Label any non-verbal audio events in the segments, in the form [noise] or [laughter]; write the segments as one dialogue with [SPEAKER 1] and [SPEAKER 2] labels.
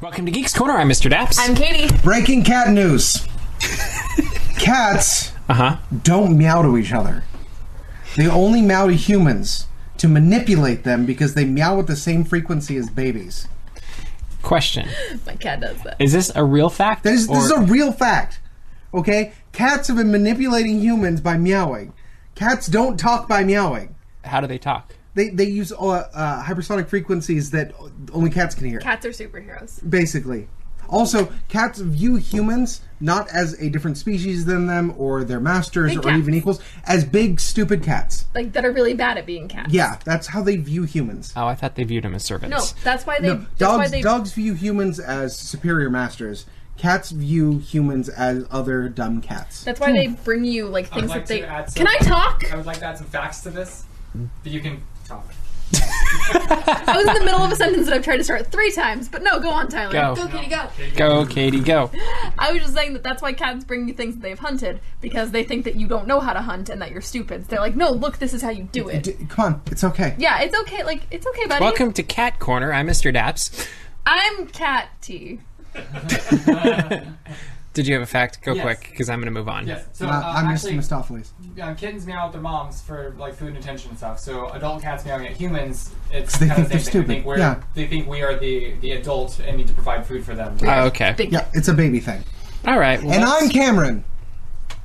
[SPEAKER 1] Welcome to Geeks Corner. I'm Mr. Daps.
[SPEAKER 2] I'm Katie.
[SPEAKER 3] Breaking cat news. Cats
[SPEAKER 1] uh huh.
[SPEAKER 3] don't meow to each other. They only meow to humans to manipulate them because they meow at the same frequency as babies.
[SPEAKER 1] Question:
[SPEAKER 2] My cat does that.
[SPEAKER 1] Is this a real fact?
[SPEAKER 3] This, this is
[SPEAKER 1] or-
[SPEAKER 3] a real fact. Okay? Cats have been manipulating humans by meowing. Cats don't talk by meowing.
[SPEAKER 1] How do they talk?
[SPEAKER 3] They, they use uh, uh, hypersonic frequencies that only cats can hear.
[SPEAKER 2] Cats are superheroes.
[SPEAKER 3] basically. Also, cats view humans not as a different species than them or their masters
[SPEAKER 2] Big
[SPEAKER 3] or
[SPEAKER 2] cats.
[SPEAKER 3] even equals, as big, stupid cats.
[SPEAKER 2] Like, that are really bad at being cats.
[SPEAKER 3] Yeah, that's how they view humans.
[SPEAKER 1] Oh, I thought they viewed him as
[SPEAKER 2] No,
[SPEAKER 1] servants.
[SPEAKER 2] that's why they.
[SPEAKER 3] No,
[SPEAKER 2] Uh, that's why
[SPEAKER 3] dogs,
[SPEAKER 2] they.
[SPEAKER 3] dogs view humans as superior masters. Cats view humans as other dumb cats.
[SPEAKER 2] That's why they bring you like
[SPEAKER 4] I would
[SPEAKER 2] things
[SPEAKER 4] like
[SPEAKER 2] that they.
[SPEAKER 4] to add some,
[SPEAKER 2] Can I talk?
[SPEAKER 4] would like to add some facts to this, but you can talk.
[SPEAKER 2] I was in the middle of a sentence that I've tried to start three times, but no, go on, Tyler.
[SPEAKER 1] Go.
[SPEAKER 2] go Kitty, go.
[SPEAKER 1] Go, Katie, go.
[SPEAKER 2] I was just saying that that's why cats bring you things that they've hunted because they think that you don't know how to hunt and that you're stupid. So they're like, no, look, this is how you do it.
[SPEAKER 3] D- come on, it's okay.
[SPEAKER 2] Yeah, it's okay. Like, it's okay, buddy.
[SPEAKER 1] Welcome to Cat Corner. I'm Mr. Daps.
[SPEAKER 2] I'm Cat T.
[SPEAKER 1] Did you have a fact? Go
[SPEAKER 4] Yes.
[SPEAKER 1] quick, because I'm going to move on.
[SPEAKER 4] Yes. So
[SPEAKER 3] Uh,
[SPEAKER 4] uh,
[SPEAKER 3] I'm
[SPEAKER 4] actually,
[SPEAKER 3] Mr. Mistopheles.
[SPEAKER 4] um, kittens meow at their moms for like food and attention and stuff. So adult cats meowing at humans, it's
[SPEAKER 3] 'Cause they
[SPEAKER 4] kind of the
[SPEAKER 3] think
[SPEAKER 4] same
[SPEAKER 3] they're
[SPEAKER 4] thing. They think
[SPEAKER 3] stupid.
[SPEAKER 4] we're,
[SPEAKER 3] Yeah.
[SPEAKER 4] they think we are the the adult and need to provide food for them.
[SPEAKER 1] Oh, okay.
[SPEAKER 2] Big
[SPEAKER 3] Yeah, it's a baby thing.
[SPEAKER 1] All right. well,
[SPEAKER 3] And
[SPEAKER 1] let's-
[SPEAKER 3] I'm Cameron.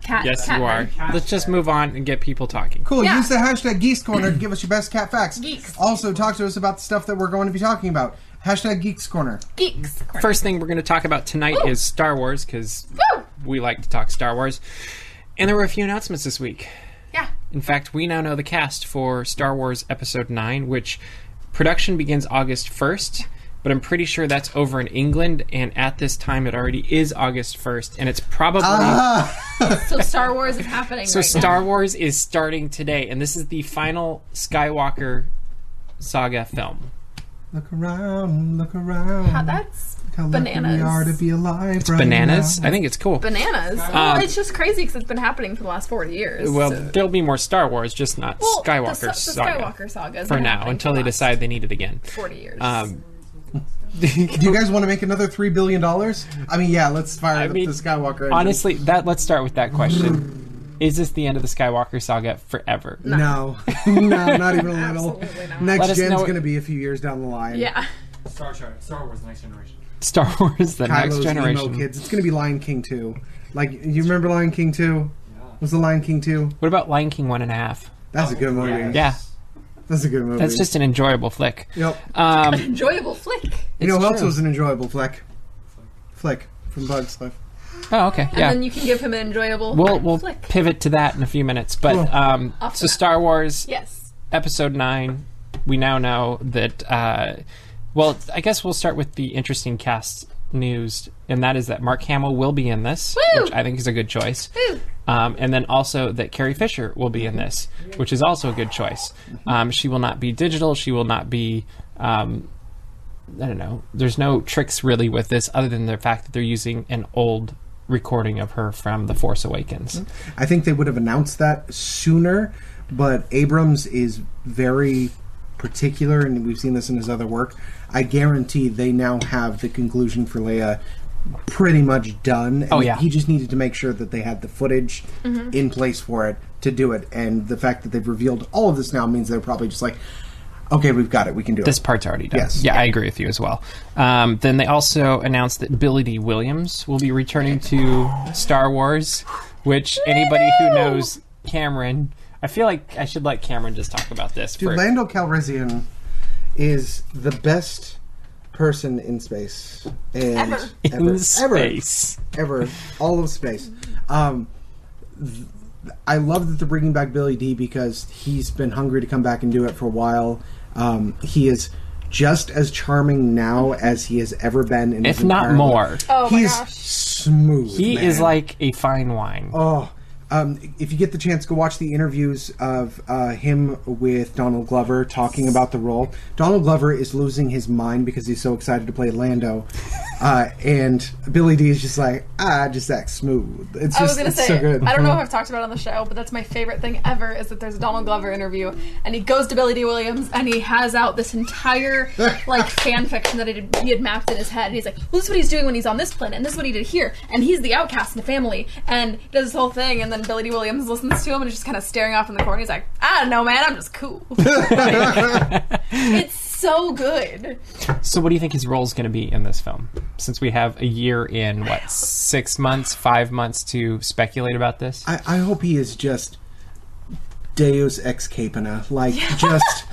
[SPEAKER 2] cat.
[SPEAKER 1] Yes,
[SPEAKER 2] cat
[SPEAKER 1] you are.
[SPEAKER 4] Cat
[SPEAKER 1] Let's just
[SPEAKER 4] man.
[SPEAKER 1] move on and get people talking.
[SPEAKER 3] Cool.
[SPEAKER 2] Yeah.
[SPEAKER 3] Use the hashtag Geeks Corner to give us your best cat facts.
[SPEAKER 2] Geeks.
[SPEAKER 3] Also, talk to us about the stuff that we're going to be talking about. Hashtag Geeks Corner.
[SPEAKER 2] Geeks.
[SPEAKER 1] First thing we're going to talk about tonight is Star Wars, because
[SPEAKER 2] Woo!
[SPEAKER 1] we like to talk Star Wars. And there were a few announcements this week.
[SPEAKER 2] Yeah.
[SPEAKER 1] In fact, we now know the cast for Star Wars Episode 9, which production begins August 1st, but I'm pretty sure that's over in England, and at this time it already is August 1st, and it's probably.
[SPEAKER 3] Ah.
[SPEAKER 2] So Star Wars is happening.
[SPEAKER 1] so
[SPEAKER 2] Ah. right now.
[SPEAKER 1] Star Wars is starting today, and this is the final Skywalker saga film.
[SPEAKER 3] [laughs] Look around, look around.
[SPEAKER 2] Wow, that's
[SPEAKER 3] Look how lucky
[SPEAKER 2] bananas.
[SPEAKER 3] we are to be alive. right
[SPEAKER 1] Bananas?
[SPEAKER 3] now.
[SPEAKER 1] I think it's cool.
[SPEAKER 2] bananas. well, it's just crazy because it's been happening for the last forty years.
[SPEAKER 1] Um, well,
[SPEAKER 2] so-
[SPEAKER 1] there'll be more Star Wars, just not
[SPEAKER 2] Well, the
[SPEAKER 1] Skywalker
[SPEAKER 2] Sa- the,
[SPEAKER 1] saga.
[SPEAKER 2] Skywalker saga has
[SPEAKER 1] For
[SPEAKER 2] been
[SPEAKER 1] now,
[SPEAKER 2] happening
[SPEAKER 1] until
[SPEAKER 2] for
[SPEAKER 1] they
[SPEAKER 2] the last
[SPEAKER 1] decide they need it again.
[SPEAKER 2] forty years.
[SPEAKER 1] Um,
[SPEAKER 3] Do you guys want to make another three billion dollars? I mean, yeah, let's fire up
[SPEAKER 1] mean,
[SPEAKER 3] the Skywalker. engine.
[SPEAKER 1] Honestly, that let's start with that question. Is this the end of the Skywalker saga forever?
[SPEAKER 3] no, [laughs] no, not even a little.
[SPEAKER 2] Absolutely not.
[SPEAKER 3] Next
[SPEAKER 1] Let us
[SPEAKER 3] gen's
[SPEAKER 1] know-
[SPEAKER 3] going to be a few years down the line.
[SPEAKER 2] yeah, [laughs]
[SPEAKER 4] Star Trek, Star Wars, the next generation.
[SPEAKER 1] Star Wars: The
[SPEAKER 3] Kylo's
[SPEAKER 1] Next
[SPEAKER 3] emo
[SPEAKER 1] Generation.
[SPEAKER 3] kids. It's going to be Lion King two. Like you remember Lion King two? Was the Lion King two?
[SPEAKER 1] What about Lion King one and a half?
[SPEAKER 3] That's a good movie.
[SPEAKER 1] Yeah,
[SPEAKER 3] That's a good movie.
[SPEAKER 1] that's just an enjoyable flick.
[SPEAKER 3] Yep.
[SPEAKER 2] [laughs]
[SPEAKER 1] Um,
[SPEAKER 2] enjoyable flick.
[SPEAKER 3] you know
[SPEAKER 1] it's
[SPEAKER 3] what else
[SPEAKER 1] true.
[SPEAKER 3] was an enjoyable flick? Flick from Bugs Life.
[SPEAKER 1] oh, okay,
[SPEAKER 2] And
[SPEAKER 1] yeah.
[SPEAKER 2] then you can give him an enjoyable
[SPEAKER 1] We'll we'll
[SPEAKER 2] flick.
[SPEAKER 1] pivot to that in a few minutes. But
[SPEAKER 3] Cool.
[SPEAKER 1] um,
[SPEAKER 2] Off
[SPEAKER 1] so
[SPEAKER 2] the-
[SPEAKER 1] Star Wars
[SPEAKER 2] Yes.
[SPEAKER 1] Episode Nine. We now know that. Uh, well, I guess we'll start with the interesting cast news, and that is that Mark Hamill will be in this,
[SPEAKER 2] Woo!
[SPEAKER 1] which I think is a good choice.
[SPEAKER 2] Ooh.
[SPEAKER 1] Um, and then also that Carrie Fisher will be in this, which is also a good choice. Um, she will not be digital. She will not be. Um, I don't know. There's no tricks really with this, other than the fact that they're using an old recording of her from The Force Awakens.
[SPEAKER 3] I think they would have announced that sooner, but Abrams is very particular, and we've seen this in his other work. I guarantee they now have the conclusion for Leia pretty much done. And
[SPEAKER 1] Oh, yeah.
[SPEAKER 3] He just needed to make sure that they had the footage in place for it to do it. And the fact that they've revealed all of this now means they're probably just like, okay, we've got it. We can do
[SPEAKER 1] This
[SPEAKER 3] it.
[SPEAKER 1] part's already done.
[SPEAKER 3] Yes.
[SPEAKER 1] Yeah, I agree with you as well. Um, then they also announced that Billy D. Williams will be returning to Star Wars, which anybody who knows Cameron, I feel like I should let Cameron just talk about this.
[SPEAKER 3] Dude,
[SPEAKER 1] for-
[SPEAKER 3] Lando Calrissian is the best person in space. And ever.
[SPEAKER 1] [laughs] in
[SPEAKER 3] ever.
[SPEAKER 1] space.
[SPEAKER 3] ever, all of space. Um, th- I love that they're bringing back Billy D because he's been hungry to come back and do it for a while. Um, he is just as charming now as he has ever been, in
[SPEAKER 1] If
[SPEAKER 3] his
[SPEAKER 1] not
[SPEAKER 3] entire
[SPEAKER 1] more.
[SPEAKER 3] life.
[SPEAKER 2] Oh my
[SPEAKER 3] He is
[SPEAKER 2] gosh.
[SPEAKER 3] smooth.
[SPEAKER 1] He
[SPEAKER 3] man.
[SPEAKER 1] is like a fine wine.
[SPEAKER 3] oh. Um, if you get the chance, go watch the interviews of uh, him with Donald Glover talking about the role. Donald Glover is losing his mind because he's so excited to play Lando. Uh, and Billy D is just like, ah, just act smooth. It's
[SPEAKER 2] I
[SPEAKER 3] just
[SPEAKER 2] was gonna
[SPEAKER 3] it's
[SPEAKER 2] say,
[SPEAKER 3] so good.
[SPEAKER 2] I don't
[SPEAKER 3] [laughs]
[SPEAKER 2] know if I've talked about it on the show, but that's my favorite thing ever is that there's a Donald Glover interview, and he goes to Billy D. Williams, and he has out this
[SPEAKER 3] [laughs]
[SPEAKER 2] entire like fan fiction that he, did, he had mapped in his head, and he's like, "Well, this is what he's doing when he's on this planet, and this is what he did here, and he's the outcast in the family, and he does this whole thing." And then Billy D. Williams listens to him and is just kind of staring off in the corner. He's like, "I don't know, man. I'm just
[SPEAKER 3] [laughs]
[SPEAKER 2] cool." [laughs] it's so good.
[SPEAKER 1] So, what do you think his role is going to be in this film? Since we have a year in what six months, five months to speculate about this.
[SPEAKER 3] I, I hope he is just Deus ex capena. Like,
[SPEAKER 2] [laughs]
[SPEAKER 3] just.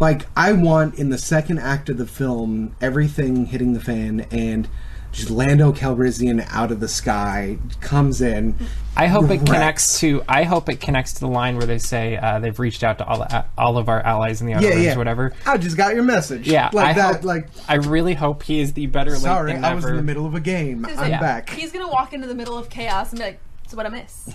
[SPEAKER 3] Like, I want in the second act of the film everything hitting the fan and just Lando Calrissian out of the sky comes in.
[SPEAKER 1] I hope it
[SPEAKER 3] Right.
[SPEAKER 1] connects to. I hope it connects to the line where they say uh, they've reached out to all the, all of our allies in the outer
[SPEAKER 3] Yeah,
[SPEAKER 1] rings
[SPEAKER 3] yeah.
[SPEAKER 1] or whatever.
[SPEAKER 3] I just got your message.
[SPEAKER 1] Yeah,
[SPEAKER 3] Like
[SPEAKER 1] I
[SPEAKER 3] that,
[SPEAKER 1] hope-
[SPEAKER 3] like.
[SPEAKER 1] I really hope he is the better. late
[SPEAKER 3] Sorry,
[SPEAKER 1] than
[SPEAKER 3] I was
[SPEAKER 1] never.
[SPEAKER 3] in the middle of a game.
[SPEAKER 2] He's
[SPEAKER 3] I'm
[SPEAKER 2] like-
[SPEAKER 3] back.
[SPEAKER 2] He's gonna walk into the middle of chaos and be like, "So what I
[SPEAKER 3] [laughs]
[SPEAKER 2] miss?"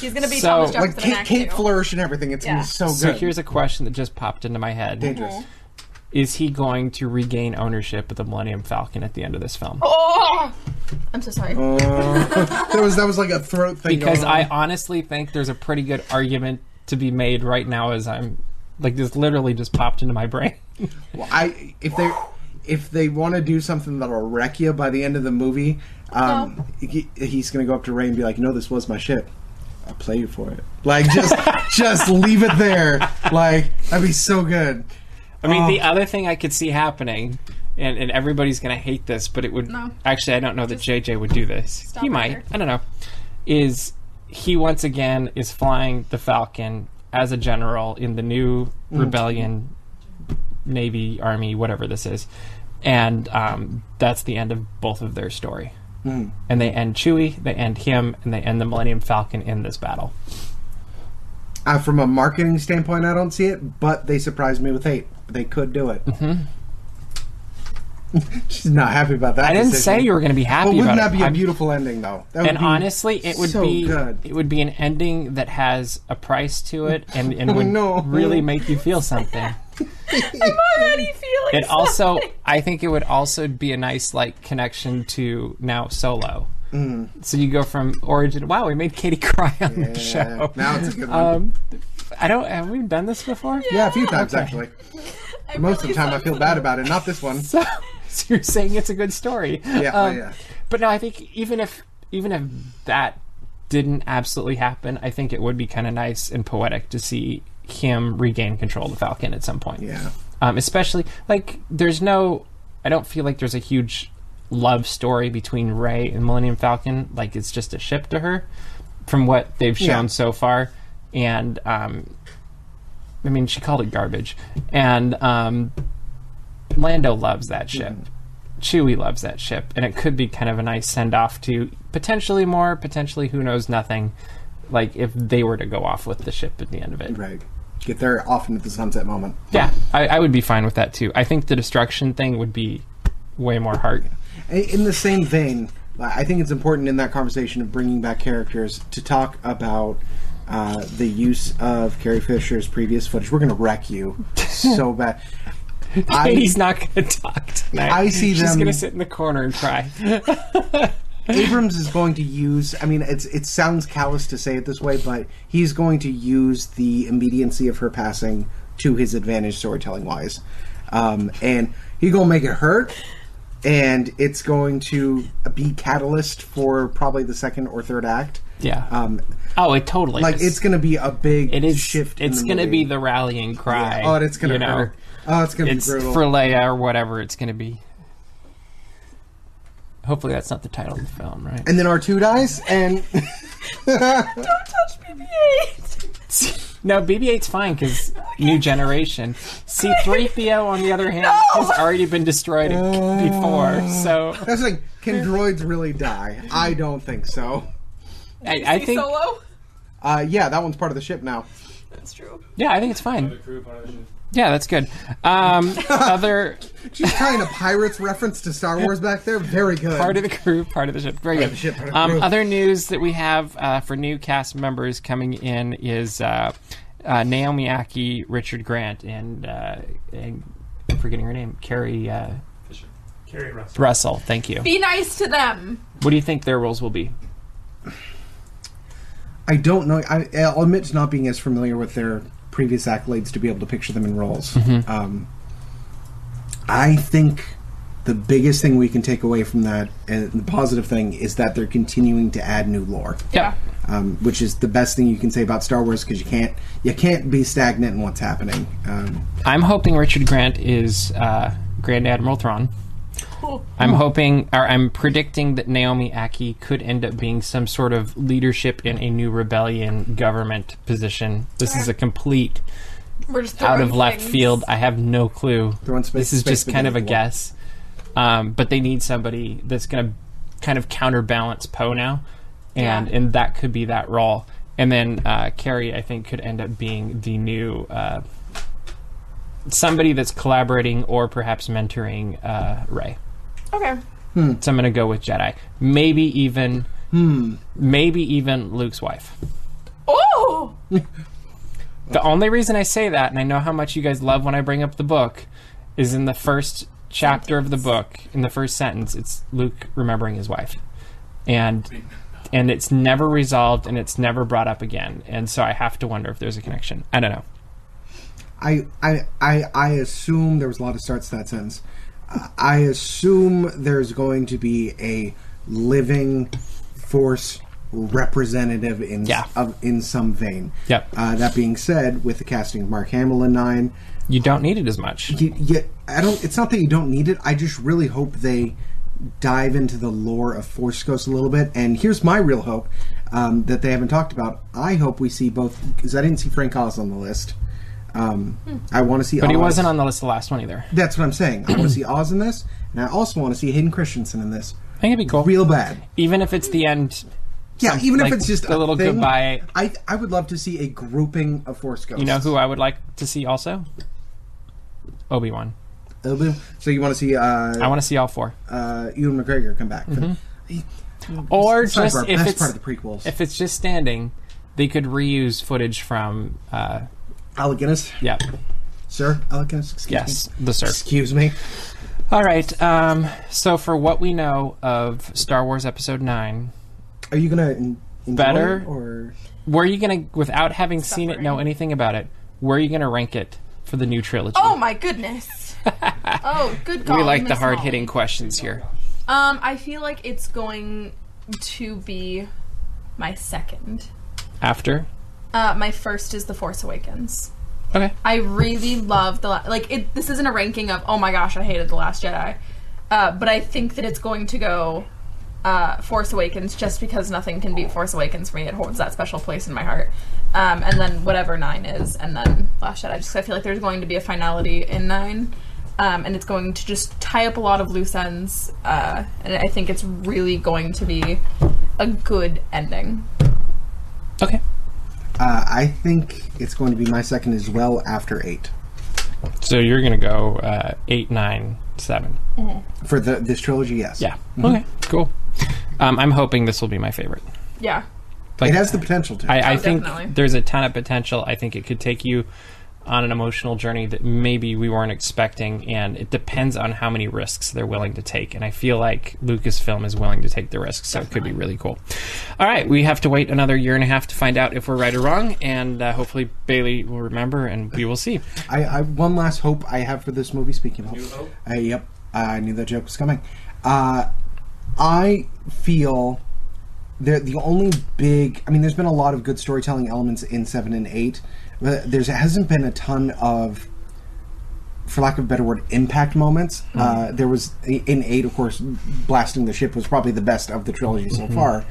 [SPEAKER 2] he's gonna be
[SPEAKER 1] So,
[SPEAKER 2] Thomas Jefferson
[SPEAKER 3] Like
[SPEAKER 2] in
[SPEAKER 3] Kate,
[SPEAKER 2] Act
[SPEAKER 3] Kate
[SPEAKER 2] Two.
[SPEAKER 3] Flourish and everything. It's gonna
[SPEAKER 2] Yeah.
[SPEAKER 3] be so good.
[SPEAKER 1] So here's a question that just popped into my head:
[SPEAKER 3] dangerous.
[SPEAKER 2] [laughs]
[SPEAKER 3] [laughs]
[SPEAKER 1] Is he going to regain ownership of the Millennium Falcon at the end of this film?
[SPEAKER 2] Oh, I'm so sorry.
[SPEAKER 3] Oh. There was that was like a throat thing.
[SPEAKER 1] because
[SPEAKER 3] going on.
[SPEAKER 1] I honestly think there's a pretty good argument to be made right now as I'm like this literally just popped into my brain.
[SPEAKER 3] Well, I if they if they want to do something that'll wreck you by the end of the movie, um, he, he's gonna go up to Ray and be like, "No, this was my ship. I'll play you for it." Like just just leave it there. Like that'd be so good.
[SPEAKER 1] I mean,
[SPEAKER 3] Oh.
[SPEAKER 1] the other thing I could see happening, and, and everybody's going to hate this, but it would
[SPEAKER 2] No.
[SPEAKER 1] actually I don't know that JJ would do this.
[SPEAKER 2] stop
[SPEAKER 1] He
[SPEAKER 2] right
[SPEAKER 1] might.
[SPEAKER 2] there.
[SPEAKER 1] I don't know. Is he once again is flying the Falcon as a general in the new
[SPEAKER 3] Mm.
[SPEAKER 1] rebellion navy army whatever this is, and um, that's the end of both of their story.
[SPEAKER 3] Mm.
[SPEAKER 1] And they end Chewie, they end him, and they end the Millennium Falcon in this battle.
[SPEAKER 3] Uh, from a marketing standpoint, I don't see it, but they surprised me with eight. They could do it.
[SPEAKER 1] Mm-hmm.
[SPEAKER 3] [laughs] She's not happy about that.
[SPEAKER 1] I didn't say you were going to be
[SPEAKER 3] But
[SPEAKER 1] happy
[SPEAKER 3] wouldn't
[SPEAKER 1] about
[SPEAKER 3] that
[SPEAKER 1] it.
[SPEAKER 3] be a
[SPEAKER 1] I'm-
[SPEAKER 3] beautiful ending, though? That would
[SPEAKER 1] and
[SPEAKER 3] be
[SPEAKER 1] honestly, it would
[SPEAKER 3] so
[SPEAKER 1] be
[SPEAKER 3] good.
[SPEAKER 1] it would be an ending that has a price to it, and, and would
[SPEAKER 3] [laughs] no.
[SPEAKER 1] really make you feel
[SPEAKER 3] [laughs]
[SPEAKER 1] something.
[SPEAKER 2] I'm already feeling.
[SPEAKER 1] It
[SPEAKER 2] so-
[SPEAKER 1] also, I think, it would also be a nice like connection to now solo. So you go from origin. Wow, we made Katie [laughs] cry on the
[SPEAKER 3] Mm. Yeah,
[SPEAKER 1] show.
[SPEAKER 3] now it's a good one.
[SPEAKER 1] [laughs] Um, I don't. Have we done this before?
[SPEAKER 3] yeah, a few times actually.
[SPEAKER 2] I'm
[SPEAKER 3] [laughs] Most of the
[SPEAKER 2] really
[SPEAKER 3] time, I feel
[SPEAKER 2] sensitive.
[SPEAKER 3] bad about it. Not this
[SPEAKER 1] [laughs]
[SPEAKER 3] one.
[SPEAKER 1] So, so you're saying it's a good story. Um,
[SPEAKER 3] Yeah, oh, yeah.
[SPEAKER 1] But no, I think even if even if that didn't absolutely happen, I think it would be kind of nice and poetic to see him regain control of the Falcon at some point.
[SPEAKER 3] Yeah.
[SPEAKER 1] Um, especially like there's no, I don't feel like there's a huge love story between Ray and Millennium Falcon. Like it's just a ship to her, from what they've shown
[SPEAKER 3] Yeah.
[SPEAKER 1] so far, and um, I mean she called it garbage, and um, Lando loves that ship.
[SPEAKER 3] Mm-hmm.
[SPEAKER 1] Chewie loves that ship, and it could be kind of a nice send off to potentially more, potentially who knows nothing. Like if they were to go off with the ship at the end of it,
[SPEAKER 3] Right. Get there off into the sunset moment.
[SPEAKER 1] yeah, I, I would be fine with that too. I think the destruction thing would be way more heart.
[SPEAKER 3] I- In the same vein, I think it's important in that conversation of bringing back characters to talk about uh, the use of Carrie Fisher's previous footage. We're going to wreck you [laughs] so bad.
[SPEAKER 1] [laughs]
[SPEAKER 3] I-
[SPEAKER 1] He's not going to talk tonight.
[SPEAKER 3] I see
[SPEAKER 1] She's
[SPEAKER 3] them-
[SPEAKER 1] going to sit in the corner and
[SPEAKER 3] [laughs]
[SPEAKER 1] cry.
[SPEAKER 3] Abrams is going to use. I mean, it's it sounds callous to say it this way, but he's going to use the immediacy of her passing to his advantage, storytelling wise, um, and he gonna make it hurt, and it's going to be catalyst for probably the second or third act.
[SPEAKER 1] Yeah.
[SPEAKER 3] Um,
[SPEAKER 1] oh, it totally.
[SPEAKER 3] like
[SPEAKER 1] is.
[SPEAKER 3] it's gonna be a big
[SPEAKER 1] it is
[SPEAKER 3] shift.
[SPEAKER 1] It's
[SPEAKER 3] going to
[SPEAKER 1] be the rallying cry.
[SPEAKER 3] oh, and it's gonna
[SPEAKER 1] you know?
[SPEAKER 3] hurt. Oh, it's gonna
[SPEAKER 1] It's
[SPEAKER 3] be brutal.
[SPEAKER 1] for Leia or whatever it's going to be. Hopefully, that's not the title of the film, right?
[SPEAKER 3] and then R two dies, and [laughs]
[SPEAKER 2] Don't touch BB-8.
[SPEAKER 1] No, BB-8's fine because new generation. C-3PO, on the other hand, has already been destroyed before, so
[SPEAKER 3] that's like, can droids really die? I don't think so.
[SPEAKER 1] I, I
[SPEAKER 2] Be
[SPEAKER 1] think
[SPEAKER 2] solo.
[SPEAKER 3] Uh, yeah, that one's part of the ship now.
[SPEAKER 2] That's true.
[SPEAKER 1] yeah, I think it's fine.
[SPEAKER 4] The crew part of the ship.
[SPEAKER 1] Yeah, that's good. Um, other
[SPEAKER 3] She's trying a pirates reference to Star Wars back there. Very good.
[SPEAKER 1] part of the crew, part of the ship. Very
[SPEAKER 3] of
[SPEAKER 1] good.
[SPEAKER 3] the ship, part of the
[SPEAKER 1] Um,
[SPEAKER 3] crew.
[SPEAKER 1] other news that we have uh, for new cast members coming in is uh, uh, Naomi Aki, Richard Grant, and, uh, and I'm forgetting her name, Carrie. Uh,
[SPEAKER 4] Fisher.
[SPEAKER 5] Carrie Russell.
[SPEAKER 1] Russell, thank you.
[SPEAKER 2] Be nice to them.
[SPEAKER 1] What do you think their roles will be?
[SPEAKER 3] I don't know. I, I'll admit to not being as familiar with their previous accolades to be able to picture them in roles.
[SPEAKER 1] Mm-hmm.
[SPEAKER 3] Um, I think the biggest thing we can take away from that, and the positive thing, is that they're continuing to add new lore,
[SPEAKER 1] Yeah.
[SPEAKER 3] um, which is the best thing you can say about Star Wars because you can't you can't be stagnant in what's happening. Um,
[SPEAKER 1] I'm hoping Richard Grant is uh, Grand Admiral Thrawn. I'm hoping, or I'm predicting that Naomi Aki could end up being some sort of leadership in a new rebellion government position. This is a complete
[SPEAKER 2] We're just
[SPEAKER 1] out of
[SPEAKER 2] throwing
[SPEAKER 1] left
[SPEAKER 2] things.
[SPEAKER 1] field. I have no clue.
[SPEAKER 3] Throwing space-
[SPEAKER 1] this is
[SPEAKER 3] space
[SPEAKER 1] just kind of a
[SPEAKER 3] spaghetti.
[SPEAKER 1] guess. Um, but they need somebody that's going to kind of counterbalance Poe now, and
[SPEAKER 2] Yeah.
[SPEAKER 1] and that could be that role. And then uh, Carrie, I think, could end up being the new uh, somebody that's collaborating or perhaps mentoring uh, Ray.
[SPEAKER 2] Okay.
[SPEAKER 1] So I'm going to go with Jedi. Maybe even.
[SPEAKER 3] Hmm.
[SPEAKER 1] Maybe even Luke's wife.
[SPEAKER 2] Oh,
[SPEAKER 1] The only reason I say that, and I know how much you guys love when I bring up the book, is in the first chapter of the book, in the first sentence, it's Luke remembering his wife. And and it's never resolved and it's never brought up again. And so I have to wonder if there's a connection. I don't know.
[SPEAKER 3] I, I, I, I assume there was a lot of starts to that sentence. Uh, I assume there's going to be a living force representative in
[SPEAKER 1] Yeah.
[SPEAKER 3] of, in some vein.
[SPEAKER 1] Yep.
[SPEAKER 3] Uh, that being said, with the casting of Mark Hamill in nine,
[SPEAKER 1] You don't need it as much.
[SPEAKER 3] you, you, I don't. It's not that you don't need it. I just really hope they dive into the lore of Force Ghosts a little bit. And here's my real hope um, that they haven't talked about. I hope we see both because I didn't see Frank Oz on the list. Um, I want to see,
[SPEAKER 1] But he
[SPEAKER 3] Oz.
[SPEAKER 1] wasn't on the list the last one either.
[SPEAKER 3] That's what I'm saying. I
[SPEAKER 1] [clears throat]
[SPEAKER 3] want to see Oz in this, and I also want to see Hayden Christensen in this,
[SPEAKER 1] I think it'd be cool.
[SPEAKER 3] real bad.
[SPEAKER 1] Even if it's the end
[SPEAKER 3] Yeah,
[SPEAKER 1] Some-
[SPEAKER 3] even
[SPEAKER 1] like,
[SPEAKER 3] if it's just
[SPEAKER 1] a little
[SPEAKER 3] thing,
[SPEAKER 1] goodbye.
[SPEAKER 3] I I would love to see a grouping of Force Ghosts.
[SPEAKER 1] you know who I would like to see also? Obi Wan.
[SPEAKER 3] who? So you want to see
[SPEAKER 1] I
[SPEAKER 3] uh,
[SPEAKER 1] want to see all four.
[SPEAKER 3] uh, Ewan McGregor come back?
[SPEAKER 1] Mm-hmm. Or
[SPEAKER 3] Sidebar,
[SPEAKER 1] just if
[SPEAKER 3] best
[SPEAKER 1] it's
[SPEAKER 3] part of the prequels.
[SPEAKER 1] if it's just standing, they could reuse footage from uh
[SPEAKER 3] Alec Guinness,
[SPEAKER 1] yeah.
[SPEAKER 3] sir. Alec Guinness. Excuse
[SPEAKER 1] Yes,
[SPEAKER 3] Me.
[SPEAKER 1] the surf.
[SPEAKER 3] Excuse me.
[SPEAKER 1] All right. Um, so for what we know of Star Wars Episode Nine,
[SPEAKER 3] Are you gonna en- enjoy
[SPEAKER 1] Better?
[SPEAKER 3] it, or
[SPEAKER 1] were you gonna, without having seen it, know
[SPEAKER 2] Suffering.
[SPEAKER 1] anything about it? Were you gonna rank it for the new trilogy?
[SPEAKER 2] oh
[SPEAKER 1] [laughs]
[SPEAKER 2] my goodness. oh, good God.
[SPEAKER 1] we like the
[SPEAKER 2] Miss Molly.
[SPEAKER 1] hard hitting questions here.
[SPEAKER 2] Um, I feel like it's going to be my second.
[SPEAKER 1] After,
[SPEAKER 2] Uh, my first is The Force Awakens.
[SPEAKER 1] okay,
[SPEAKER 2] I really love the la- like. It, this isn't a ranking of oh my gosh, I hated the Last Jedi, uh, but I think that it's going to go uh, Force Awakens just because nothing can beat Force Awakens for me. It holds that special place in my heart. Um, and then whatever nine is, and then Last Jedi. Just 'cause I feel like there's going to be a finality in nine, um, and it's going to just tie up a lot of loose ends. Uh, and I think it's really going to be a good ending.
[SPEAKER 1] okay.
[SPEAKER 3] uh, I think it's going to be my second as well after eight
[SPEAKER 1] So you're gonna go uh, eight, nine, seven.
[SPEAKER 3] for the this trilogy. Yes.
[SPEAKER 1] Yeah.
[SPEAKER 2] Mm-hmm.
[SPEAKER 1] Okay. Cool. Um, I'm hoping this will be my favorite.
[SPEAKER 2] Yeah.
[SPEAKER 1] Like,
[SPEAKER 3] It has the potential to.
[SPEAKER 1] I, I
[SPEAKER 2] Oh,
[SPEAKER 1] think
[SPEAKER 2] definitely.
[SPEAKER 1] there's a ton of potential. I think it could take you on an emotional journey that maybe we weren't expecting, and it depends on how many risks they're willing to take. And I feel like Lucasfilm is willing to take the risks, so it could be really cool. All right, we have to wait another year and a half to find out if we're right or wrong, and uh, hopefully Bailey will remember, and we will see.
[SPEAKER 3] I, I one last hope I have for this movie. Speaking of
[SPEAKER 5] New Hope?
[SPEAKER 3] Uh, yep, I knew that joke was coming. Uh, I feel the the only big. I mean, there's been a lot of good storytelling elements in seven and eight, but there hasn't been a ton of. For lack of a better word, impact moments.
[SPEAKER 1] Mm.
[SPEAKER 3] Uh, there was in eight, of course, blasting the ship was probably the best of the trilogy
[SPEAKER 1] Mm-hmm.
[SPEAKER 3] so far.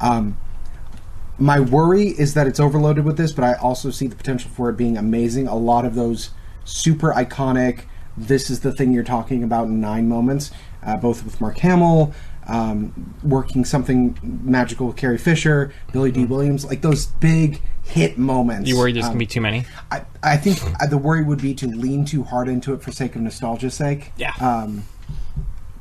[SPEAKER 3] Um, my worry is that it's overloaded with this, but I also see the potential for it being amazing. A lot of those super iconic, this is the thing you're talking about in nine moments, uh, both with Mark Hamill, um, working something magical with Carrie Fisher, Billy D. Williams, like those big hit moments.
[SPEAKER 1] Mm-hmm. You worry there's
[SPEAKER 3] Um,
[SPEAKER 1] gonna be too many?
[SPEAKER 3] I, I think uh, the worry would be to lean too hard into it for sake of nostalgia's sake.
[SPEAKER 1] Yeah.
[SPEAKER 2] uh,
[SPEAKER 3] Um,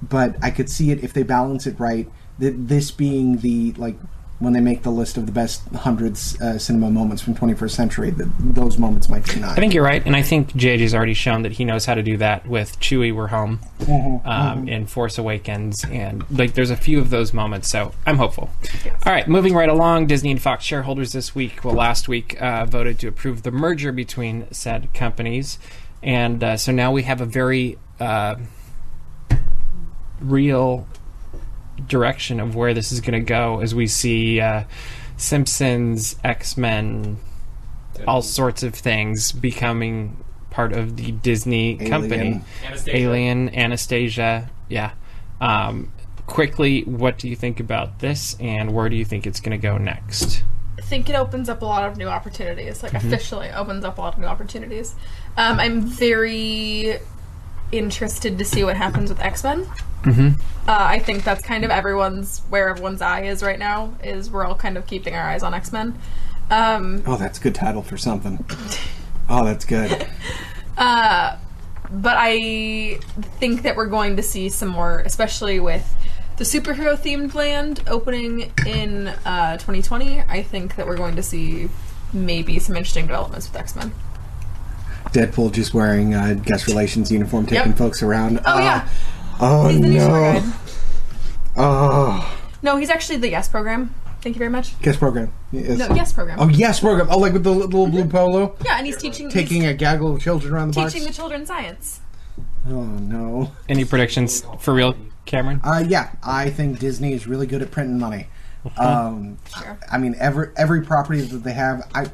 [SPEAKER 3] but I could see it if they balance it right. That this being the like when they make the list of the best hundred uh, cinema moments from 21st century, that those moments might be nine.
[SPEAKER 1] I think you're right, and I think JJ's already shown that he knows how to do that with Chewie We're Home
[SPEAKER 3] Mm-hmm.
[SPEAKER 1] um, in Force Awakens, and like there's a few of those moments, so I'm hopeful. All right, moving right along, Disney and Fox shareholders this week, well, last week, uh, voted to approve the merger between said companies, and uh, so now we have a very uh, real direction of where this is going to go as we see uh, Simpsons, X Men, all sorts of things becoming part of the Disney company.
[SPEAKER 4] Anastasia.
[SPEAKER 1] Alien, Anastasia, yeah. Um, quickly, what do you think about this, and where do you think it's going to go next?
[SPEAKER 2] I think it opens up a lot of new opportunities. Like
[SPEAKER 3] Mm-hmm.
[SPEAKER 2] officially opens up a lot of new opportunities. Um, I'm very interested to see what happens with X Men.
[SPEAKER 3] Mm-hmm.
[SPEAKER 2] Uh, I think that's kind of everyone's where everyone's eye is right now. Is we're all kind of keeping our eyes on X Men. Um,
[SPEAKER 3] Oh, that's a good title for something. Oh, that's good.
[SPEAKER 2] but I think that we're going to see some more, especially with the superhero themed land opening in uh, 2020. I think that we're going to see maybe some interesting developments with X Men.
[SPEAKER 3] Deadpool just wearing a guest relations uniform, taking
[SPEAKER 2] Yep.
[SPEAKER 3] folks around.
[SPEAKER 2] Oh yeah,
[SPEAKER 3] Oh
[SPEAKER 2] he's the new tour
[SPEAKER 3] no.
[SPEAKER 2] guide.
[SPEAKER 3] Oh,
[SPEAKER 2] No, he's actually the Yes program. Thank you very much.
[SPEAKER 3] guest program. Yes.
[SPEAKER 2] No, Mm-hmm. Yes program.
[SPEAKER 3] Oh, yes, program. Oh, like with the li- little blue polo,
[SPEAKER 2] Yeah, and he's teaching he's
[SPEAKER 3] taking a gaggle of children around the
[SPEAKER 2] teaching the
[SPEAKER 3] box.
[SPEAKER 2] children science.
[SPEAKER 3] oh no.
[SPEAKER 1] Any predictions for real, Cameron?
[SPEAKER 3] Uh, yeah, I think Disney is really good at printing money. Um,
[SPEAKER 2] Sure.
[SPEAKER 3] I mean, every every property that they have, I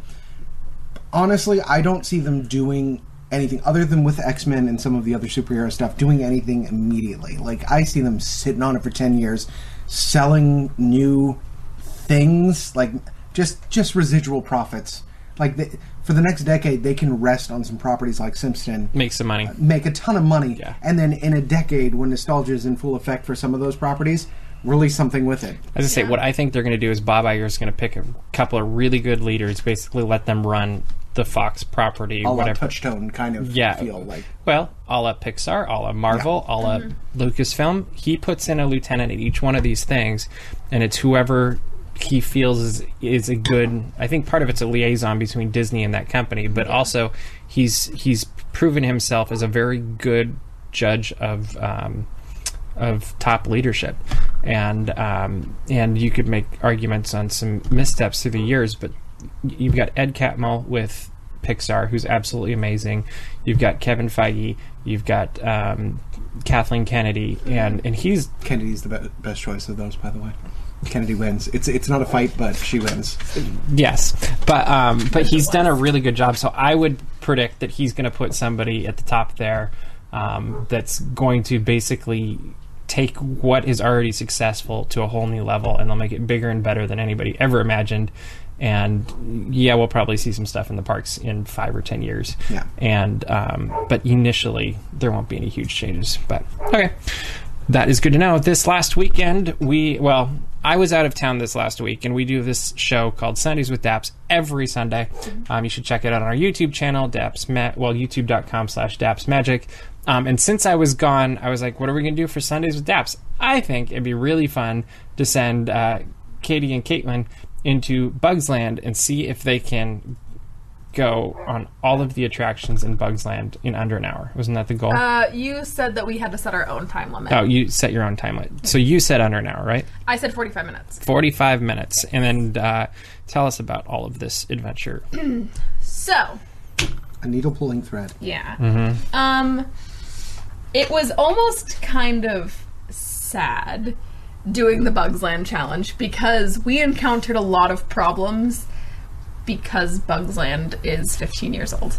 [SPEAKER 3] honestly I don't see them doing anything other than with X Men and some of the other superhero stuff doing anything immediately. Like I see them sitting on it for ten years, selling new things, like just just residual profits. Like they, for the next decade, they can rest on some properties like Simpson
[SPEAKER 1] Make some money.
[SPEAKER 3] make a ton of money,
[SPEAKER 1] Yeah.
[SPEAKER 3] and then in a decade, when nostalgia is in full effect for some of those properties, release something with it.
[SPEAKER 1] As I say, what I think they're going to do is Bob Iger is going to pick a couple of really good leaders, basically let them run the Fox property,
[SPEAKER 3] A la
[SPEAKER 1] whatever.
[SPEAKER 3] touchstone kind of
[SPEAKER 1] yeah,
[SPEAKER 3] feel like.
[SPEAKER 1] well, a la Pixar, a la Marvel, a la Lucasfilm. He puts in a lieutenant at each one of these things, and it's whoever he feels is is a good. I think part of it's a liaison between Disney and that company, but also he's he's proven himself as a very good judge of. Um, of top leadership, and um, and you could make arguments on some missteps through the years, but you've got Ed Catmull with Pixar, who's absolutely amazing. You've got Kevin Feige. You've got um, Kathleen Kennedy, and and he's
[SPEAKER 3] Kennedy's the be- best choice of those, by the way. Kennedy wins. It's it's not a fight, but she wins.
[SPEAKER 1] yes, but um, but he's done a really good job. So I would predict that he's going to put somebody at the top there um, that's going to basically take what is already successful to a whole new level, and they'll make it bigger and better than anybody ever imagined. And yeah, we'll probably see some stuff in the parks in five or ten years.
[SPEAKER 3] Yeah.
[SPEAKER 1] And um, but initially there won't be any huge changes. But okay, that is good to know. This last weekend we well I was out of town this last week, and we do this show called Sundays with Daps every Sunday. Um, you should check it out on our YouTube channel, Daps Ma- well YouTube.com slash Daps Magic. Um, and since I was gone, I was like, what are we going to do for Sundays with Daps? I think it'd be really fun to send uh, Katie and Caitlin into Bugs Land and see if they can go on all of the attractions in Bugs Land in under an hour. Wasn't that the goal?
[SPEAKER 2] Uh, you said that we had to set our own time limit.
[SPEAKER 1] oh, you set your own time limit. So you said under an hour, right?
[SPEAKER 2] I said 45 minutes.
[SPEAKER 1] 45 minutes. And then uh, tell us about all of this adventure.
[SPEAKER 2] So
[SPEAKER 3] A needle pulling thread.
[SPEAKER 2] Yeah. Um, it was almost kind of sad doing the Bugs Land challenge because we encountered a lot of problems because Bugs Land is 15 years old.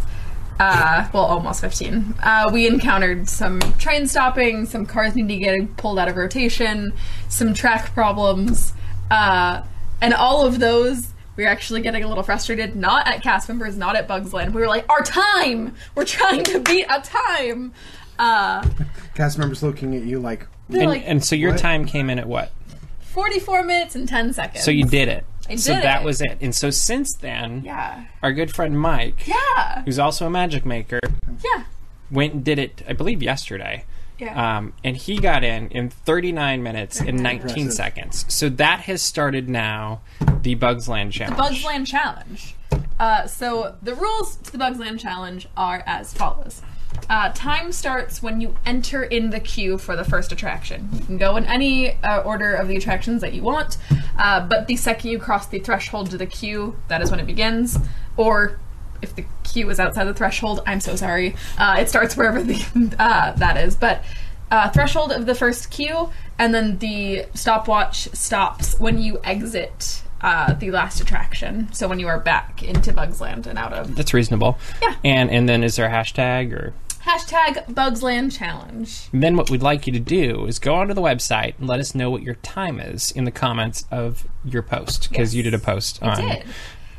[SPEAKER 2] Uh, well, almost 15. Uh, we encountered some train stopping, some cars needing to get pulled out of rotation, some track problems, uh, and all of those. We were actually getting a little frustrated, not at cast members, not at Bugs Land. We were like, our time! We're trying to beat a time! Uh,
[SPEAKER 3] Cast members looking at you like
[SPEAKER 2] they're
[SPEAKER 1] And,
[SPEAKER 2] like,
[SPEAKER 1] and so your
[SPEAKER 3] What?
[SPEAKER 1] time came in at what?
[SPEAKER 2] 44 minutes and 10 seconds.
[SPEAKER 1] So you did it.
[SPEAKER 2] I
[SPEAKER 1] so
[SPEAKER 2] did
[SPEAKER 1] that
[SPEAKER 2] it.
[SPEAKER 1] was it. And so since then,
[SPEAKER 2] Yeah.
[SPEAKER 1] our good friend Mike,
[SPEAKER 2] Yeah.
[SPEAKER 1] who's also a magic maker,
[SPEAKER 2] Yeah.
[SPEAKER 1] went and did it, I believe, yesterday.
[SPEAKER 2] Yeah.
[SPEAKER 1] Um, and he got in in 39 minutes and 19
[SPEAKER 3] Impressive.
[SPEAKER 1] seconds. So that has started now the Bugs Land Challenge.
[SPEAKER 2] Bugs Land Challenge. Uh, so the rules to the Bugs Land Challenge are as follows. Uh, time starts when you enter in the queue for the first attraction. You can go in any uh, order of the attractions that you want, uh, but the second you cross the threshold to the queue, that is when it begins. Or if the queue is outside the threshold, I'm so sorry. Uh, it starts wherever the [laughs] uh, that is, but uh, threshold of the first queue, and then the stopwatch stops when you exit uh, the last attraction. So when you are back into Bugs Land and out of
[SPEAKER 1] That's reasonable.
[SPEAKER 2] Yeah.
[SPEAKER 1] And and then is there a hashtag or
[SPEAKER 2] hashtag Bugs Land Challenge.
[SPEAKER 1] then what we'd like you to do is go onto the website and let us know what your time is in the comments of your post because
[SPEAKER 2] Yes.
[SPEAKER 1] you did a post on
[SPEAKER 2] did.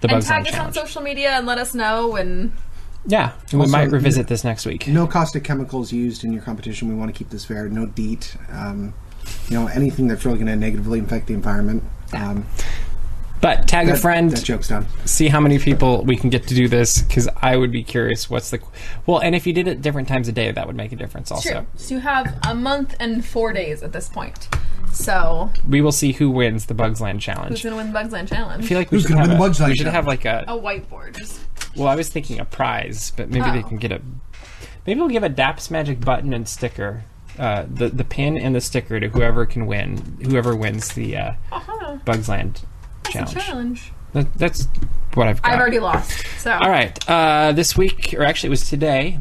[SPEAKER 1] the
[SPEAKER 2] and
[SPEAKER 1] Bugs
[SPEAKER 2] tag
[SPEAKER 1] Land
[SPEAKER 2] us on
[SPEAKER 1] Challenge.
[SPEAKER 2] social media and let us know when.
[SPEAKER 1] yeah, and we
[SPEAKER 3] Also,
[SPEAKER 1] might revisit
[SPEAKER 3] yeah.
[SPEAKER 1] this next week.
[SPEAKER 3] No caustic chemicals used in your competition. We want to keep this fair. No DEET. Um, you know, anything that's really going to negatively affect the environment. Um,
[SPEAKER 1] But tag a
[SPEAKER 3] that-
[SPEAKER 1] friend.
[SPEAKER 3] That joke's done.
[SPEAKER 1] see how many people we can get to do this because I would be curious what's the well, and if you did it different times a day, that would make a difference. Also,
[SPEAKER 2] Sure. So you have a month and four days at this point. So
[SPEAKER 1] we will see who wins the Bugs Land
[SPEAKER 2] who's
[SPEAKER 1] challenge.
[SPEAKER 2] gonna win the Bugs Land
[SPEAKER 1] I
[SPEAKER 2] Challenge?
[SPEAKER 1] feel like we
[SPEAKER 3] Who's
[SPEAKER 1] should
[SPEAKER 3] gonna
[SPEAKER 1] have
[SPEAKER 3] win
[SPEAKER 1] a,
[SPEAKER 3] the Bugs Land
[SPEAKER 1] we should have like
[SPEAKER 2] a
[SPEAKER 1] a
[SPEAKER 2] whiteboard. Just
[SPEAKER 1] well, I was thinking a prize, but maybe they
[SPEAKER 2] Oh.
[SPEAKER 1] can get a maybe we'll give a Daps Magic button and sticker. Uh, the the pin and the sticker to whoever can win, whoever wins the uh,
[SPEAKER 2] uh-huh.
[SPEAKER 1] Bugs Land
[SPEAKER 2] It's
[SPEAKER 1] challenge.
[SPEAKER 2] a challenge.
[SPEAKER 1] That, that's what I've got.
[SPEAKER 2] I've already lost. So
[SPEAKER 1] All right. Uh, this week, or actually, it was today.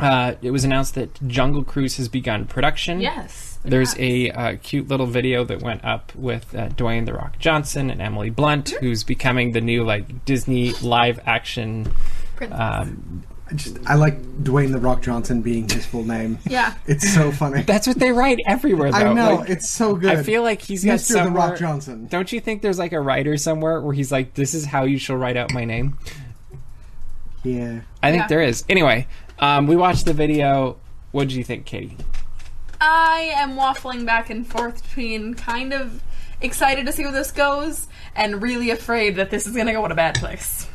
[SPEAKER 1] Uh, it was announced that Jungle Cruise has begun production.
[SPEAKER 2] Yes.
[SPEAKER 1] There's a uh, cute little video that went up with uh, Dwayne the Rock Johnson and Emily Blunt,
[SPEAKER 2] Mm-hmm.
[SPEAKER 1] who's becoming the new like Disney live action.
[SPEAKER 2] Princess.
[SPEAKER 1] Um,
[SPEAKER 3] I just I like Dwayne the Rock Johnson being his full name.
[SPEAKER 2] yeah.
[SPEAKER 3] It's so funny.
[SPEAKER 1] that's what they write everywhere. Though.
[SPEAKER 3] I know
[SPEAKER 1] Like,
[SPEAKER 3] it's so good.
[SPEAKER 1] I feel like he's got
[SPEAKER 3] Mr. The
[SPEAKER 1] somewhere-
[SPEAKER 3] Rock Johnson.
[SPEAKER 1] Don't you think there's like a writer somewhere where he's like, "This is how you shall write out my name."
[SPEAKER 3] Yeah.
[SPEAKER 1] I think
[SPEAKER 2] Yeah.
[SPEAKER 1] there is. Anyway, um, we watched the video. What did you think, Katie?
[SPEAKER 2] I am waffling back and forth between kind of excited to see where this goes and really afraid that this is going to go in a bad place.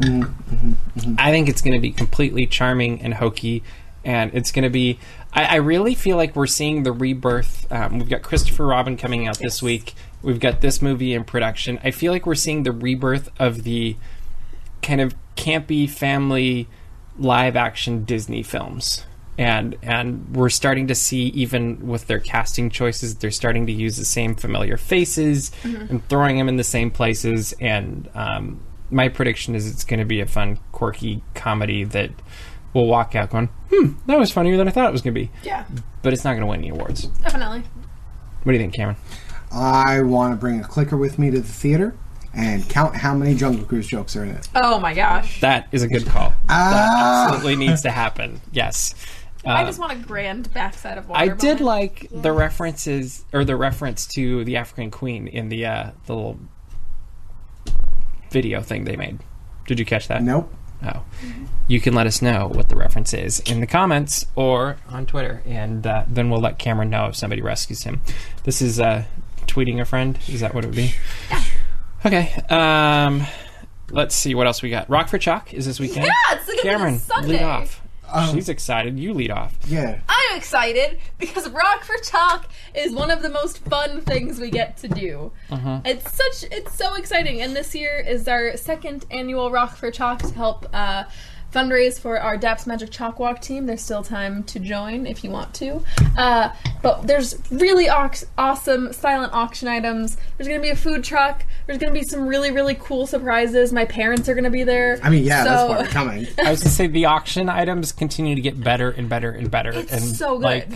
[SPEAKER 1] I think it's going to be completely charming and hokey, and it's going to be. I, I really feel like we're seeing the rebirth. Um, we've got Christopher Robin coming out this week. We've got this movie in production. I feel like we're seeing the rebirth of the kind of campy family live action Disney films. And and we're starting to see even with their casting choices, they're starting to use the same familiar faces
[SPEAKER 2] Mm-hmm.
[SPEAKER 1] and throwing them in the same places. And um, my prediction is it's going to be a fun, quirky comedy that will walk out going, "Hmm, that was funnier than I thought it was going to be."
[SPEAKER 2] Yeah,
[SPEAKER 1] But it's not going to win any awards.
[SPEAKER 2] definitely.
[SPEAKER 1] What do you think, Cameron?
[SPEAKER 3] I want to bring a clicker with me to the theater and count how many Jungle Cruise jokes are in it.
[SPEAKER 2] Oh my gosh.
[SPEAKER 1] That is a good call.
[SPEAKER 3] Ah!
[SPEAKER 1] That absolutely needs to happen. Yes.
[SPEAKER 2] I
[SPEAKER 1] Um,
[SPEAKER 2] just want a grand backside of water.
[SPEAKER 1] I did
[SPEAKER 2] moment.
[SPEAKER 1] like the references or the reference to the African Queen in the uh, the little video thing they made. Did you catch that?
[SPEAKER 3] Nope.
[SPEAKER 1] Oh. You can let us know what the reference is in the comments or on Twitter, and uh, then we'll let Cameron know if somebody rescues him. This is uh, tweeting a friend. Is that what it would be? Okay. Um, let's see what else we got. Rock for Chalk is this weekend.
[SPEAKER 2] Yeah, it's like
[SPEAKER 1] Cameron,
[SPEAKER 2] Sunday.
[SPEAKER 1] lead off.
[SPEAKER 3] Um,
[SPEAKER 1] She's excited. You lead off.
[SPEAKER 3] Oh, Yeah.
[SPEAKER 2] I'm excited because Rock for Talk is one of the most fun things we get to do.
[SPEAKER 1] Uh-huh.
[SPEAKER 2] It's such, it's so exciting. And this year is our second annual Rock for Talk to help uh, fundraise for our DAPS Magic Chalk Walk team. There's still time to join if you want to. Uh, but there's really aux- awesome silent auction items. There's going to be a food truck. There's going to be some really, really cool surprises. My parents are going to be there.
[SPEAKER 3] I mean, yeah, that's
[SPEAKER 2] So-
[SPEAKER 3] why we're [laughs] coming.
[SPEAKER 1] I was gonna say the auction items continue to get better and better and better. and
[SPEAKER 2] It's so good.
[SPEAKER 1] Like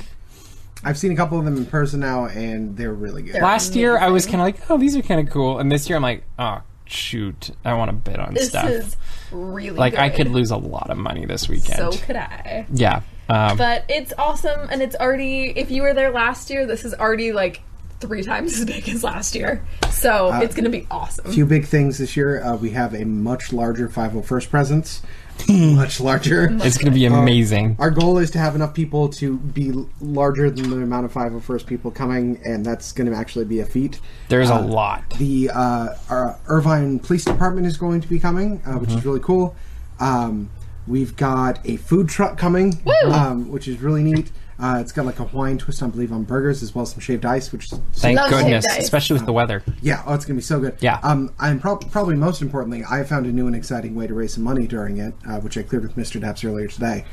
[SPEAKER 3] I've seen a couple of them in person now, and they're really good.
[SPEAKER 1] last year, I was kind of like, oh, these are kind of cool, and this year I'm like, oh shoot, I want to bid on
[SPEAKER 2] this
[SPEAKER 1] stuff.
[SPEAKER 2] is really
[SPEAKER 1] like I
[SPEAKER 2] good.
[SPEAKER 1] could lose a lot of money this weekend.
[SPEAKER 2] So could I.
[SPEAKER 1] yeah. Um,
[SPEAKER 2] But it's awesome, and it's already. If you were there last year, this is already like three times [laughs] as big as last year. So it's gonna be awesome.
[SPEAKER 3] Few big things this year. Uh, we have a much larger 501st presence.
[SPEAKER 1] Hmm.
[SPEAKER 3] much larger.
[SPEAKER 1] it's gonna be amazing.
[SPEAKER 3] Our goal is to have enough people to be l- larger than the amount of 501st people coming, and that's going to actually be a feat.
[SPEAKER 1] There's
[SPEAKER 3] uh,
[SPEAKER 1] a lot.
[SPEAKER 3] the uh, our Irvine Police Department is going to be coming, uh, which is
[SPEAKER 1] Uh-huh.
[SPEAKER 3] really cool. Um, we've got a food truck coming, um, which is really neat. Uh, it's got like a Hawaiian twist, I believe, on burgers as well as some shaved ice, which is
[SPEAKER 1] Thank
[SPEAKER 2] Love
[SPEAKER 1] goodness,
[SPEAKER 2] shaved ice.
[SPEAKER 1] especially with the weather.
[SPEAKER 3] yeah, oh, it's gonna be so good.
[SPEAKER 1] Yeah.
[SPEAKER 3] Um, I'm prob- probably most importantly, I found a new and exciting way to raise some money during it, uh, which I cleared with Mr. Daps earlier today.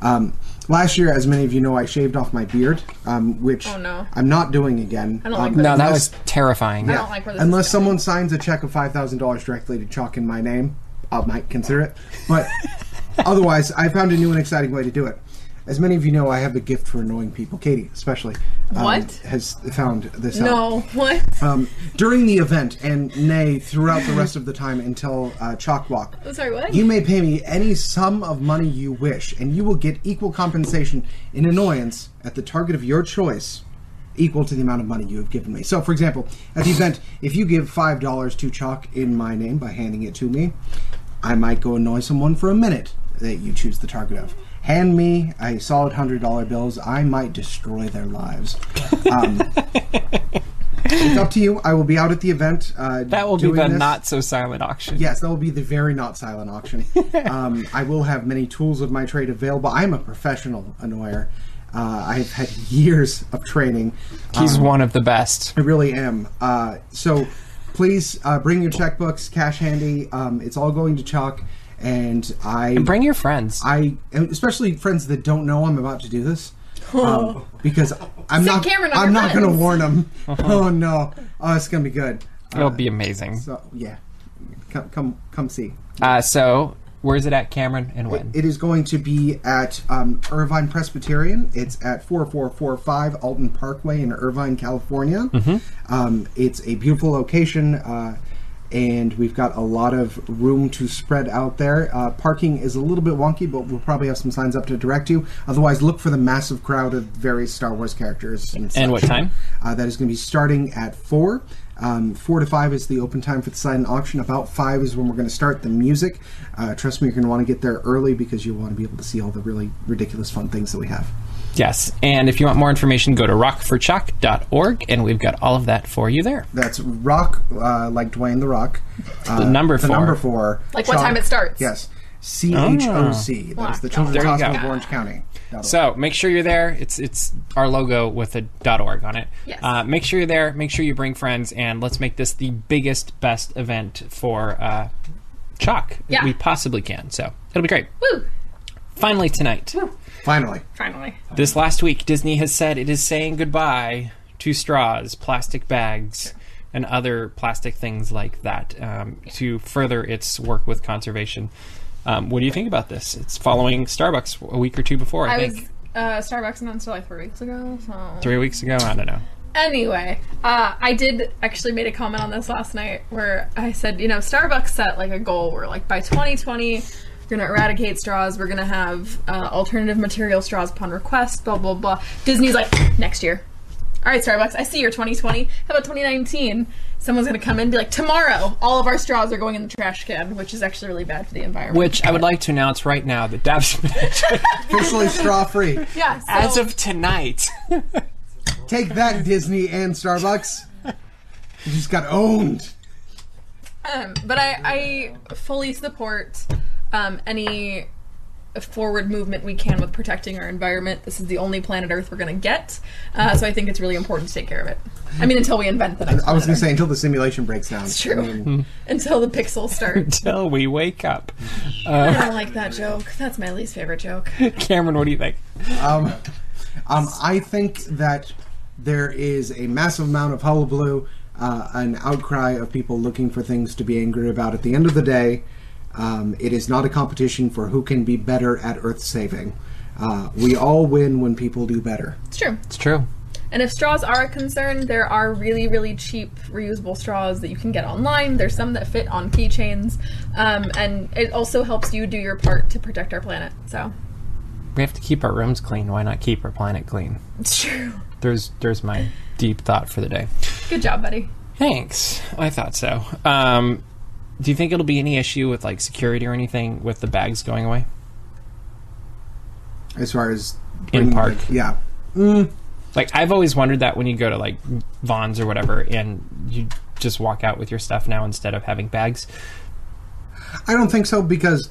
[SPEAKER 3] Um, last year, as many of you know, I shaved off my beard, um, which
[SPEAKER 2] Oh, no.
[SPEAKER 3] I'm not doing again.
[SPEAKER 2] I don't
[SPEAKER 3] um,
[SPEAKER 2] like
[SPEAKER 1] No, that
[SPEAKER 3] unless-
[SPEAKER 1] was terrifying.
[SPEAKER 2] I don't like where this
[SPEAKER 3] unless
[SPEAKER 2] is going.
[SPEAKER 3] someone signs a check of five thousand dollars directly to chalk in my name, I might consider it.
[SPEAKER 2] [laughs]
[SPEAKER 3] But otherwise, I found a new and exciting way to do it. As many of you know, I have a gift for annoying people. Katie, especially, um,
[SPEAKER 2] What?
[SPEAKER 3] has found this out
[SPEAKER 2] No, [laughs] what?
[SPEAKER 3] um, during the event, and nay, throughout the rest of the time until uh, Chalk Walk.
[SPEAKER 2] Sorry, what?
[SPEAKER 3] You may pay me any sum of money you wish, and you will get equal compensation in annoyance at the target of your choice, equal to the amount of money you have given me. So, for example, at the event, if you give five dollars to Chalk in my name by handing it to me, I might go annoy someone for a minute that you choose the target of. Hand me a solid hundred dollar bills, I might destroy their lives. Um, it's up to you. I will be out at the event. Uh,
[SPEAKER 1] That will be
[SPEAKER 3] doing
[SPEAKER 1] the
[SPEAKER 3] this.
[SPEAKER 1] not so silent auction.
[SPEAKER 3] Yes, that will be the very not silent
[SPEAKER 2] [laughs]
[SPEAKER 3] auction. um, I will have many tools of my trade available. I am a professional annoyer. Uh, I've had years of training.
[SPEAKER 1] He's
[SPEAKER 3] Um,
[SPEAKER 1] one of the best.
[SPEAKER 3] I really am. Uh, so please uh, bring your checkbooks, cash handy. Um, it's all going to Chalk, and I
[SPEAKER 1] Bring your friends.
[SPEAKER 3] I and especially friends that don't know I'm about to do
[SPEAKER 2] [laughs]
[SPEAKER 3] this. Um, because I'm not
[SPEAKER 2] Cameron on
[SPEAKER 3] I'm
[SPEAKER 2] your
[SPEAKER 3] not going to
[SPEAKER 2] friends.
[SPEAKER 3] warn them.
[SPEAKER 2] [laughs]
[SPEAKER 3] Oh no! Oh, it's going to be good.
[SPEAKER 1] It'll be amazing.
[SPEAKER 3] So yeah, come come come see.
[SPEAKER 1] Uh, so, where's it at, Cameron, and when?
[SPEAKER 3] It is going to be at um, Irvine Presbyterian. It's at 4445 Alton Parkway in Irvine, California. Um, it's a beautiful location, uh, and we've got a lot of room to spread out there. Uh, parking is a little bit wonky, but we'll probably have some signs up to direct you. Otherwise, look for the massive crowd of various Star Wars characters. And,
[SPEAKER 1] And what
[SPEAKER 3] such.
[SPEAKER 1] time?
[SPEAKER 3] Uh, that is going to be starting at 4. Um, 4 to 5 is the open time for the silent auction. About 5 is when we're going to start the music. Uh, trust me, you're going to want to get there early because you'll want to be able to see all the really ridiculous fun things that we have.
[SPEAKER 1] Yes. And if you want more information, go to rockforchalk.org, and we've got all of that for you there.
[SPEAKER 3] That's Rock, uh, like Dwayne the Rock. Uh,
[SPEAKER 1] The number
[SPEAKER 3] the
[SPEAKER 1] four.
[SPEAKER 3] number 4.
[SPEAKER 2] Like what time it starts. Oh.
[SPEAKER 3] Yes. CHOC. That's the Children's
[SPEAKER 1] There you go.
[SPEAKER 3] Hospital of Orange County. That'll-
[SPEAKER 1] So make sure you're there. It's it's our logo with a .org on it.
[SPEAKER 2] Yes.
[SPEAKER 1] Uh, make sure you're there. Make sure you bring friends, and let's make this the biggest, best event for uh, Chalk
[SPEAKER 2] Yeah.
[SPEAKER 1] that we possibly can. So it'll be great.
[SPEAKER 2] Woo!
[SPEAKER 1] Finally tonight,
[SPEAKER 3] Finally.
[SPEAKER 2] Finally.
[SPEAKER 1] this last week, Disney has said it is saying goodbye to straws, plastic bags. And other plastic things like that um, to further its work with conservation. Um, what do you think about this? It's following Starbucks a week or two before, I,
[SPEAKER 2] I
[SPEAKER 1] think.
[SPEAKER 2] was uh, Starbucks announced it like three weeks ago. So
[SPEAKER 1] Three weeks ago? I don't know.
[SPEAKER 2] anyway, uh, I did actually made a comment on this last night where I said, you know, Starbucks set like a goal where like by 2020 we're gonna eradicate straws. We're gonna have uh, alternative material straws upon request. Blah blah blah. Disney's like next year. All right, Starbucks. I see your 2020. How about 2019? Someone's gonna come in and be like, tomorrow, all of our straws are going in the trash can, which is actually really bad for the environment.
[SPEAKER 1] Which I would like to announce right now that Dabs [laughs]
[SPEAKER 3] Officially straw free.
[SPEAKER 2] yeah, so-
[SPEAKER 1] as of [laughs] tonight.
[SPEAKER 3] Take that, Disney and Starbucks. You just got owned.
[SPEAKER 2] Um, but I, I fully support um, any forward movement we can with protecting our environment. This is the only planet Earth we're going to get, uh, so I think it's really important to take care of it. I mean, until we invent the next.
[SPEAKER 3] I was going
[SPEAKER 2] planet
[SPEAKER 3] to say until the simulation breaks down. It's
[SPEAKER 2] true. Earth. [laughs] until the
[SPEAKER 1] [laughs]
[SPEAKER 2] pixels start.
[SPEAKER 1] Till we wake up.
[SPEAKER 2] I don't like that joke. That's my least favorite joke.
[SPEAKER 1] Cameron, what do you think?
[SPEAKER 3] Um, um, I think that there is a massive amount of hullabaloo, uh, an outcry of people looking for things to be angry about. At the end of the day, um, it is not a competition for who can be better at Earth saving. Uh, we all win when people do better.
[SPEAKER 2] It's true.
[SPEAKER 1] It's true.
[SPEAKER 2] And if straws are a concern, there are really, really cheap reusable straws that you can get online. There's some that fit on keychains, um, and it also helps you do your part to protect our planet. So
[SPEAKER 1] We have to keep our rooms clean. Why not keep our planet clean?
[SPEAKER 2] it's true.
[SPEAKER 1] There's there's my deep thought for the day.
[SPEAKER 2] Good job, buddy.
[SPEAKER 1] Thanks. I thought so. Um, do you think it'll be any issue with like security or anything with the bags going away?
[SPEAKER 3] As far as
[SPEAKER 1] In
[SPEAKER 3] bringing-
[SPEAKER 1] park.
[SPEAKER 3] yeah.
[SPEAKER 1] Like I've always wondered that when you go to like Vons or whatever and you just walk out with your stuff now instead of having bags.
[SPEAKER 3] I don't think so because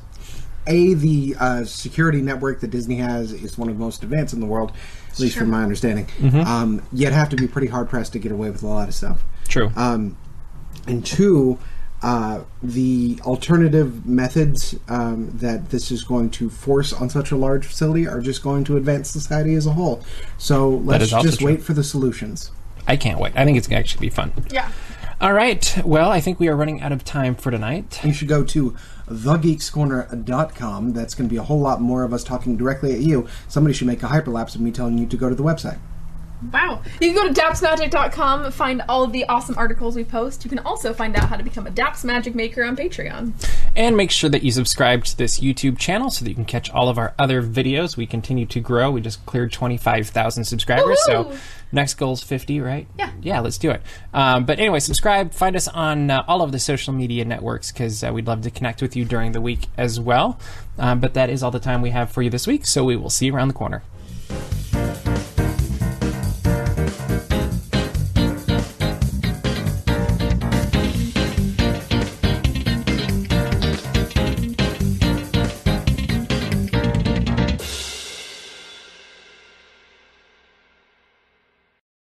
[SPEAKER 3] a the uh, security network that Disney has is one of the most advanced in the world, at least from my understanding.
[SPEAKER 1] Mm-hmm.
[SPEAKER 3] Um, you'd have to be pretty hard pressed to get away with a lot of stuff.
[SPEAKER 1] True.
[SPEAKER 3] Um, and two, uh, the alternative methods um, that this is going to force on such a large facility are just going to advance society as a whole. So let's
[SPEAKER 1] is also
[SPEAKER 3] just
[SPEAKER 1] true.
[SPEAKER 3] wait for the solutions.
[SPEAKER 1] I can't wait. I think it's going to actually be fun.
[SPEAKER 2] Yeah.
[SPEAKER 1] All right. Well, I think we are running out of time for tonight.
[SPEAKER 3] You should go to thegeekscorner.com. That's going to be a whole lot more of us talking directly at you. Somebody should make a hyperlapse of me telling you to go to the website.
[SPEAKER 2] Wow. You can go to dapsmagic.com, find all of the awesome articles we post. You can also find out how to become a Daps Magic Maker on Patreon.
[SPEAKER 1] And make sure that you subscribe to this YouTube channel so that you can catch all of our other videos. We continue to grow. We just cleared 25,000 subscribers. So
[SPEAKER 2] Woohoo!
[SPEAKER 1] next goal's 50, right?
[SPEAKER 2] Yeah.
[SPEAKER 1] Yeah, let's do it. Um, but anyway, subscribe. Find us on uh, all of the social media networks because uh, we'd love to connect with you during the week as well. Um, but that is all the time we have for you this week. So we will see you around the corner.